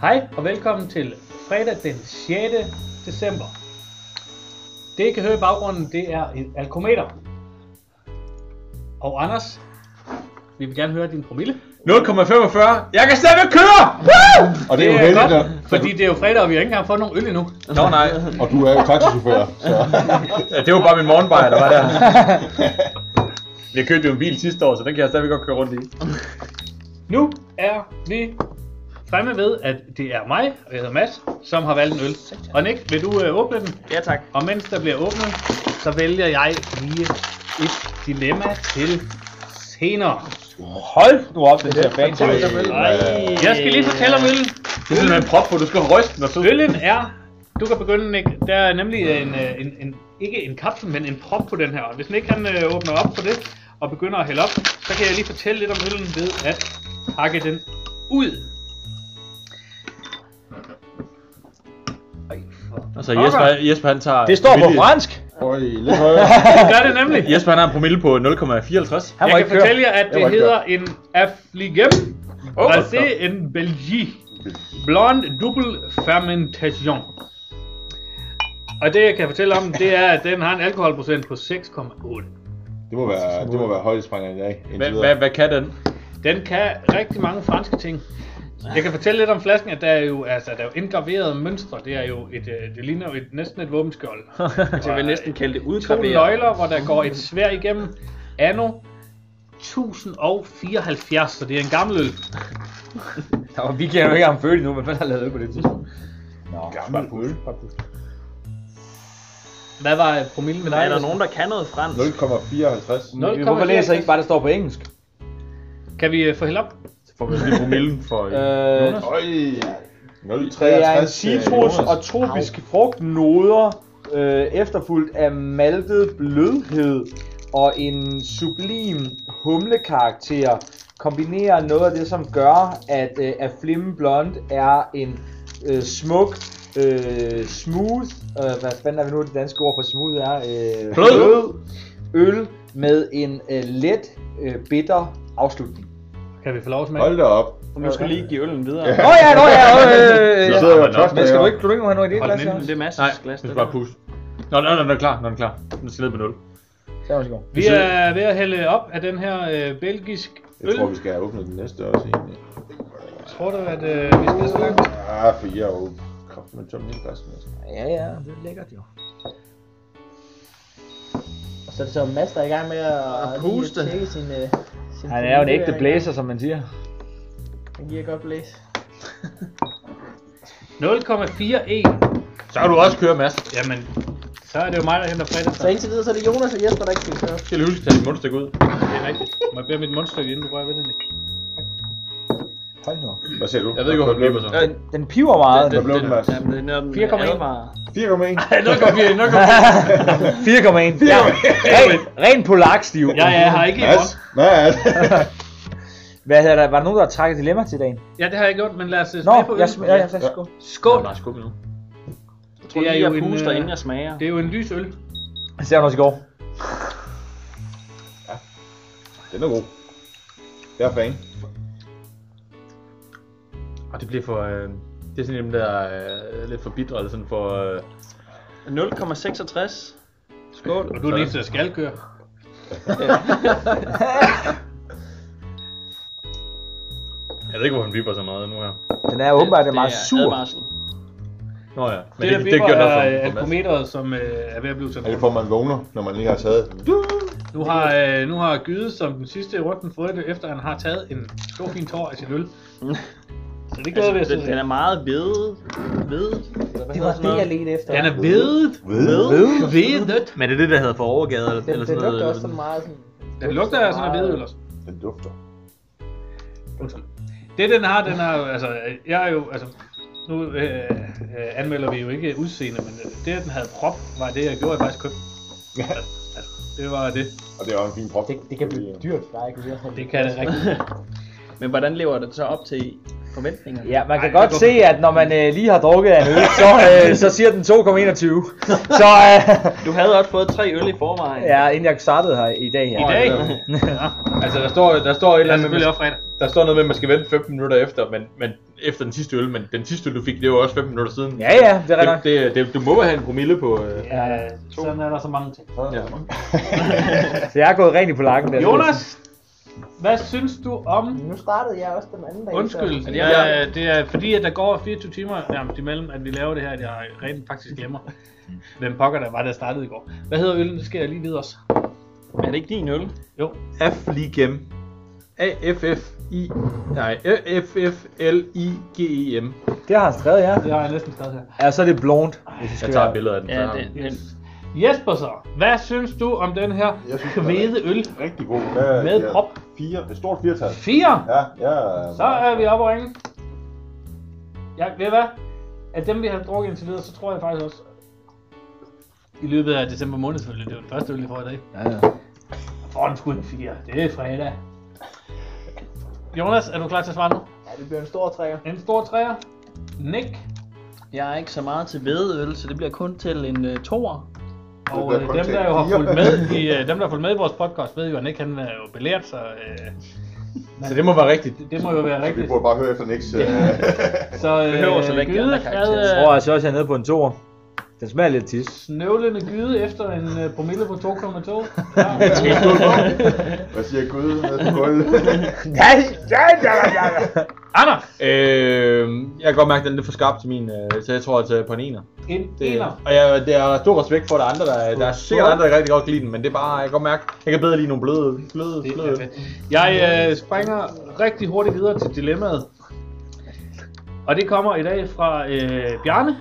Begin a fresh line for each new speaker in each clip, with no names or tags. Hej og velkommen til fredag den 6. december. Det I kan høre i baggrunden, det er en alkometer. Og Anders, vi vil gerne høre din promille.
0,45. Jeg kan stadigvæk køre! Woo!
Og det er jo heldigt, at...
fordi det er jo fredag, og vi har ikke engang fået nogen øl endnu.
Nå nej,
Og du er jo taxichauffør, så...
Ja, det var bare min morgenbajer, der var der. Jeg købte jo en bil sidste år, så den kan jeg stadigvæk godt køre rundt i.
Nu er vi fremme ved, at det er mig, og jeg hedder Mads, som har valgt en øl. Og Nick, vil du øh, åbne den?
Ja tak.
Og mens der bliver åbnet, så vælger jeg lige et dilemma til senere.
Hold nu op, det her fan.
Jeg skal lige fortælle om øllen.
Det er simpelthen en prop på, du skal ryste den og så...
Øllen er, du kan begynde, Nick, der er nemlig en, øh, en, en, ikke en kapsel, men en prop på den her. Og Hvis Nick han øh, åbner op for det, og begynder at hælde op, så kan jeg lige fortælle lidt om øllen ved at hakke den ud. Ej, for-
Altså Jesper, Jesper han tager...
Det står på
promille-
fransk.
Øj, lidt højere.
Det gør det nemlig.
Jesper han har en promille på 0,54.
Han var
Jeg
ikke
kan fortælle
køre.
jer, at
Jeg må
det
ikke
hedder en affligem
Åh,
Brasé en Belgique Blonde Double Fermentation Og det jeg kan fortælle om, det er, at den har en alkoholprocent på 6,8
Det må være, det må være højdesprængeren i dag. indtil
Hvad,
videre.
hvad, hvad kan den?
Den kan rigtig mange franske ting. Jeg kan fortælle lidt om flasken, at der er jo, altså, der er jo indgraverede mønstre. Det er jo et, øh, det ligner jo et, næsten et våbenskjold. øh,
Jeg vil næsten kalde det
To
udgraveret. Mm.
nøgler, hvor der går et svær igennem. Anno 1074, så det er en gammel øl.
Nå, vi kan jo ikke ham født endnu, men hvad har lavet på det tidspunkt?
Gammel øl.
Hvad var øh, promillen ved dig?
Er der nogen, der kan noget fransk?
0,54.
Nul-
Hvorfor læser I ikke bare, det står på engelsk?
Kan vi øh, få hældt op?
Så får vi lige promillen for...
Øh,
Øj. 0,53.
det er en
øh,
citrus og tropisk frugtnoder, øh, efterfulgt af maltet blødhed og en sublim humlekarakter kombinerer noget af det, som gør, at, øh, at Flim Blond er en øh, smuk, øh, smooth, øh, hvad fanden er vi nu det danske ord for smooth er? Øh,
Blød.
øl med en øh, let, øh, bitter afslutning.
Kan vi få lov at smage?
Hold da op.
Og nu skal lige give øllen videre.
Nå ja, nå ja, øh, øh,
Du
øh,
sidder jo
men
og
men skal du ikke,
ikke...
du ikke have noget i det
Hold den
glas
ind.
her?
Det er masser
Nej,
af glas.
du
Det
skal bare
der.
puste. Nå, nå, nå, den er klar, når den er klar. Den skal ned på 0.
Ja, værsgo.
Vi er ved at hælde op af den her øh, belgisk øl.
Jeg tror, vi skal have åbnet den næste også egentlig.
Tror du, at øh, vi skal så langt?
Ah, for jeg er jo kraft med tom i glasset. altså.
Ja, ja, det er lækkert jo.
Og så er det så Mads, der er i gang med at, at
puste.
Lige at tjekke sin, øh, sin
Han er jo en ægte
formulering.
blæser, som man siger.
Han giver godt blæs.
0,41.
Så kan du også køre, Mads.
Jamen, så er det jo mig, der henter fredag.
Så indtil videre, så er det Jonas og Jesper, der ikke skal køre.
Jeg skal lige huske at tage dit mundstykke ud.
Det er rigtigt. Må jeg bære mit mundstykke, inden du rører ved det, Nick?
Hold nu.
Hvad siger du?
Jeg ved ikke, hvorfor den løber så.
Den, den piver meget.
Hvad blev den, Mads?
Jamen, det er den
4,1.
advarer.
4,1.
0,4, 0,4.
4,1. Ja. Ren, ren polakstiv.
Ja, ja, jeg har ikke i
Mads?
morgen.
Hvad er det?
Hvad hedder der? Var der nogen, der trak et dilemma til i dagen?
Ja, det har jeg gjort, men lad os øh,
Nå,
smage på øl.
jeg, sm- ja, jeg, jeg,
Skål.
Bare skub nu.
Jeg tror
Det er
lige,
jo
jeg
en,
puster,
øh,
inden jeg smager.
Det er jo en lys øl.
jeg ser ham også i går.
Den er god. Jeg er fan.
Og det bliver for... Øh, det er sådan dem der øh, lidt for bitre, eller sådan for... Øh,
0,66.
Skål.
Og du er den eneste, der skal køre.
Jeg ved ikke, hvorfor han vipper så meget nu her.
Den er åbenbart er meget sur.
advarsel.
Nå ja, men
Det, der
det, det
bipper,
gjorde nok
er
for,
øh,
for Mads.
alkometeret, som øh, er ved at blive
Er det
sådan.
for, man vågner, når man lige har taget?
Nu har, øh, nu har Gyde som den sidste i runden fået det, efter han har taget en stor fin tår af sin øl. Så det glæder vi os
Altså,
til.
den, den er meget ved. Ved.
Det var det, jeg ledte efter.
Den er vedet.
Ved?
Vedet.
Men det er det, der hedder for overgade, eller,
Den,
eller
den
sådan
lugter
noget.
også sådan meget sådan...
Den lugter af sådan en hvedøl også.
Den dufter.
Det den har, den har jo, altså, jeg er jo, altså, nu øh, øh, anmelder vi jo ikke udseende, men øh, det, at den havde prop, var det, jeg gjorde, jeg faktisk købte.
Ja.
Altså, det var det.
Og det er også en fin prop.
Det, det kan blive dyrt, der er ikke ved at holde
Det kan det rigtigt.
Men hvordan lever det så op til forventninger.
Ja, man kan
Ej,
Ej, godt
det
se,
er
at når man øh, lige har drukket af en øl, så, øh, så siger den 2,21. Så øh,
Du havde også fået tre øl i forvejen.
ja, inden jeg startede her i dag her.
I dag?
Altså, der står, der står et
Det
eller
er
andet,
selvfølgelig
med,
også fredag.
der står noget med, at man skal vente 15 minutter efter, men, men efter den sidste øl, men den sidste øl, du fik, det var også 15 minutter siden.
Ja, ja, det er
det,
rigtig
det,
nok.
det, du må have en promille på... Øh,
Ja, sådan er der så mange ting.
ja.
Så jeg er gået rent i polakken der.
Jonas, hvad synes du om
Nu startede jeg også den anden dag. så-
Undskyld,
Altså,
Men
men
jeg-
jeg, jeg, det er fordi, at der går 24 timer nærmest imellem, at vi laver det her, at jeg rent faktisk glemmer, hvem pokker der var, der startede i går. Hvad hedder øllen? Det skal jeg lige vide også.
Er det ikke din øl?
Jo,
Affligem. A-F-F-I... Nej, F-F-L-I-G-E-M.
Det har han skrevet, ja.
det har jeg næsten skrevet her.
Ja, så er det blond. Hvis vi
Jeg
skal
tager
være-
et billede af den.
Ja,
så har
det,
vi-
den,
Jesper så, hvad synes du om den her
Jeg synes, den er
kvæde øl
Rigtig god. Hvad,
med
ja,
prop
Fire. Et stort firtal.
4?
Ja, ja.
Så er vi oppe og ringe. Ja, ved I hvad? Af dem, vi har drukket indtil videre, så tror jeg faktisk også, i løbet af december måned selvfølgelig, det var den første øl, jeg får i dag.
Ja, ja.
Får den sgu en 4, det er fredag. Jonas, er du klar til at svare nu?
Ja, det bliver en stor træer.
En stor træer. Nick.
jeg er ikke så meget til vedøl, så det bliver kun til en uh, toer.
Og øh,
Det bliver kun
dem,
til
der jo har
fire.
fulgt med i, øh, dem, der har fulgt med i vores podcast, ved jo, at Nick han er jo belært, så øh,
Så det må være rigtigt.
det må jo være
Vi
rigtigt.
burde bare høre efter Nix. øh,
Så
behøver så
øh,
ikke de
gyde
andre
havde
karakterer.
Jeg tror
øh,
altså også, jeg er nede på en toer. Den smager lidt tis.
snøvlende gyde efter en øh, promille på 2,2.
Hvad siger Gud? Hvad er gulv?
Ja, ja, ja, ja, ja.
Anders,
Øh, jeg kan godt mærke, at den er lidt for skarp til min, øh, så jeg tror altså på en ener.
en
Det,
ener.
og jeg, det er stor respekt for, at der er andre, der, der er sikkert andre, der rigtig godt kan lide den, men det er bare, jeg kan godt mærke, jeg kan bedre lide nogle bløde, bløde,
Det
bløde.
er fedt. Jeg øh, springer rigtig hurtigt videre til dilemmaet. Og det kommer i dag fra øh, Bjarne,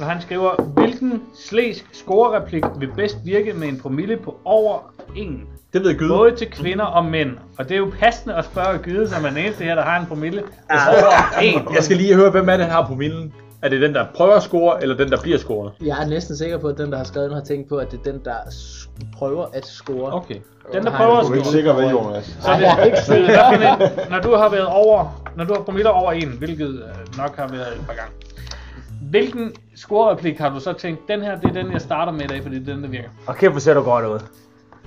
og han skriver, hvilken slæsk scorereplik vil bedst virke med en promille på over 1?
Det ved Gyde.
Både til kvinder og mænd. Og det er jo passende at spørge Gyde, som er den eneste her, der har en promille. på over en.
Jeg skal lige høre, hvem er det, han har promillen? Er det den, der prøver at score, eller den, der bliver scoret?
Jeg er næsten sikker på, at den, der har skrevet den, har tænkt på, at det er den, der s- prøver at score.
Okay.
Den, der prøver at
Du er ikke
score.
sikker, hvad Jonas?
Så det, så det er i hvert fald en- når du har været over, når du har promiller over en, hvilket øh, nok har været et par gange. Hvilken scorereplik har du så tænkt, den her, det er den, jeg starter med i dag, fordi det er den, der virker.
Og kæft, hvor ser du godt ud.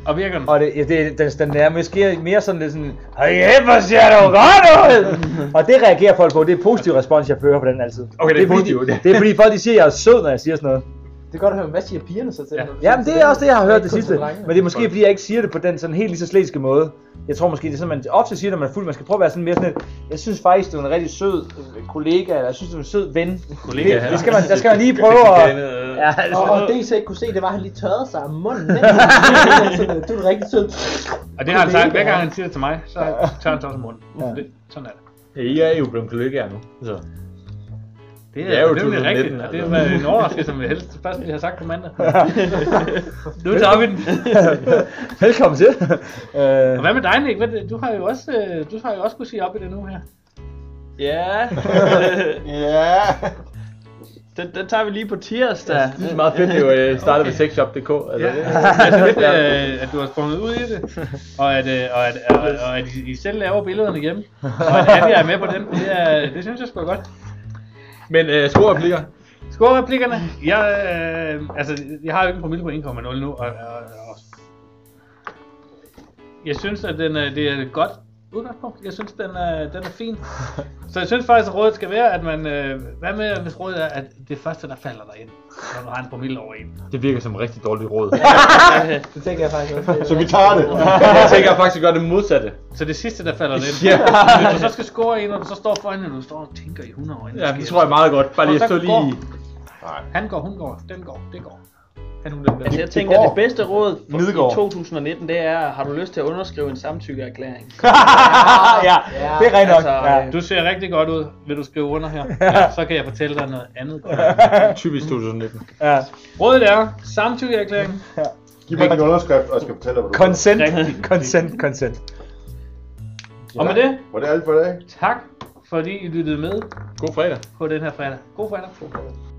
Og virker den?
Og det, ja, det, den, den er måske mere sådan lidt sådan, Hey, kæft, hvor ser du godt ud! og det reagerer folk på, det er positiv respons, jeg fører på den altid.
Okay, det er
fordi,
positivt.
det er fordi folk de siger, at jeg er sød, når jeg siger sådan noget.
Det er godt at høre, hvad siger pigerne så til?
Ja.
når du siger
Jamen
til
det er
dem?
også det, jeg har hørt det
ikke kun
sidste.
til drengene.
Men det er måske fordi, jeg ikke siger det på den sådan helt lige så slæske måde. Jeg tror måske, det er sådan, man ofte siger, når man er fuld, man skal prøve at være sådan mere sådan et, jeg synes faktisk, du er en rigtig sød øh, kollega, eller jeg synes, du er en sød ven.
Kollega,
det, det skal man, der skal man lige prøve at... Ja,
Og, og
altså,
det, I så ikke kunne se, det var, at han lige tørrede sig om munden. ikke? Sådan, du er en rigtig sød.
Og det har han sagt, hver gang han siger det til mig, så tør han sig også i munden.
Ja.
Det, sådan er det.
Hey, jeg er jo blevet kollegaer nu. Så.
Det
Det er jo
nemlig
2019,
rigtigt, og det
altså.
er en overraskelse, som jeg helst først ville have sagt på mandag. nu tager vi den.
velkommen til. Øh,
Og hvad med dig, Nick? Hvad, du har jo også, øh, du har jo også kunne sige op i det nu her.
Ja,
Ja.
den, den tager vi lige på tirsdag.
Det er meget fedt, det er jo øh, startet ved sexshop.dk. Altså,
Ja.
det-
Jeg synes lidt, øh, at du har sprunget ud i det, og at, øh, og at, og, og at I, I selv laver billederne hjemme, og at Andy er med på dem, det, er, det synes jeg sgu er godt.
Men øh, scorereplikker.
Skorreplikkerne, jeg, øh, altså, jeg har jo ikke en promille på 1,0 nu, og, og, og, jeg synes, at den, er, det er et godt udgangspunkt. Jeg synes, den er, den er fin. Så jeg synes faktisk, at rådet skal være, at man, øh, hvad med, hvis rådet er, at det første, der falder dig ind, når du har en promille over en.
Det virker som rigtig dårligt råd.
Det tænker jeg faktisk også.
Så vi tager det.
jeg tænker faktisk godt det modsatte.
Så det sidste, der falder dig ind.
Ja.
Hvis du så skal score en, og du så står foran hende, og du står og tænker i 100 øjne.
Ja, det tror jeg meget godt. Bare lige at stå lige i.
Han går, hun går, den går, det går. Han, hun, den der.
Altså, jeg tænker, at det bedste råd for,
Midgård.
i 2019, det er, har du lyst til at underskrive en samtykkeerklæring?
ja, det er rent nok.
altså,
Ja.
øh,
Du ser rigtig godt ud. Vil du skrive under her? Ja, så kan jeg fortælle dig noget andet. godt.
Typisk 2019.
ja.
Rådet er samtykkeerklæring.
Giv mig din underskrift, og jeg skal fortælle dig, hvad du
Consent,
Rigtig.
consent, consent.
Og med det,
Var det alt for i dag?
tak fordi I lyttede med
God fredag.
på den her fredag. God fredag. God fredag.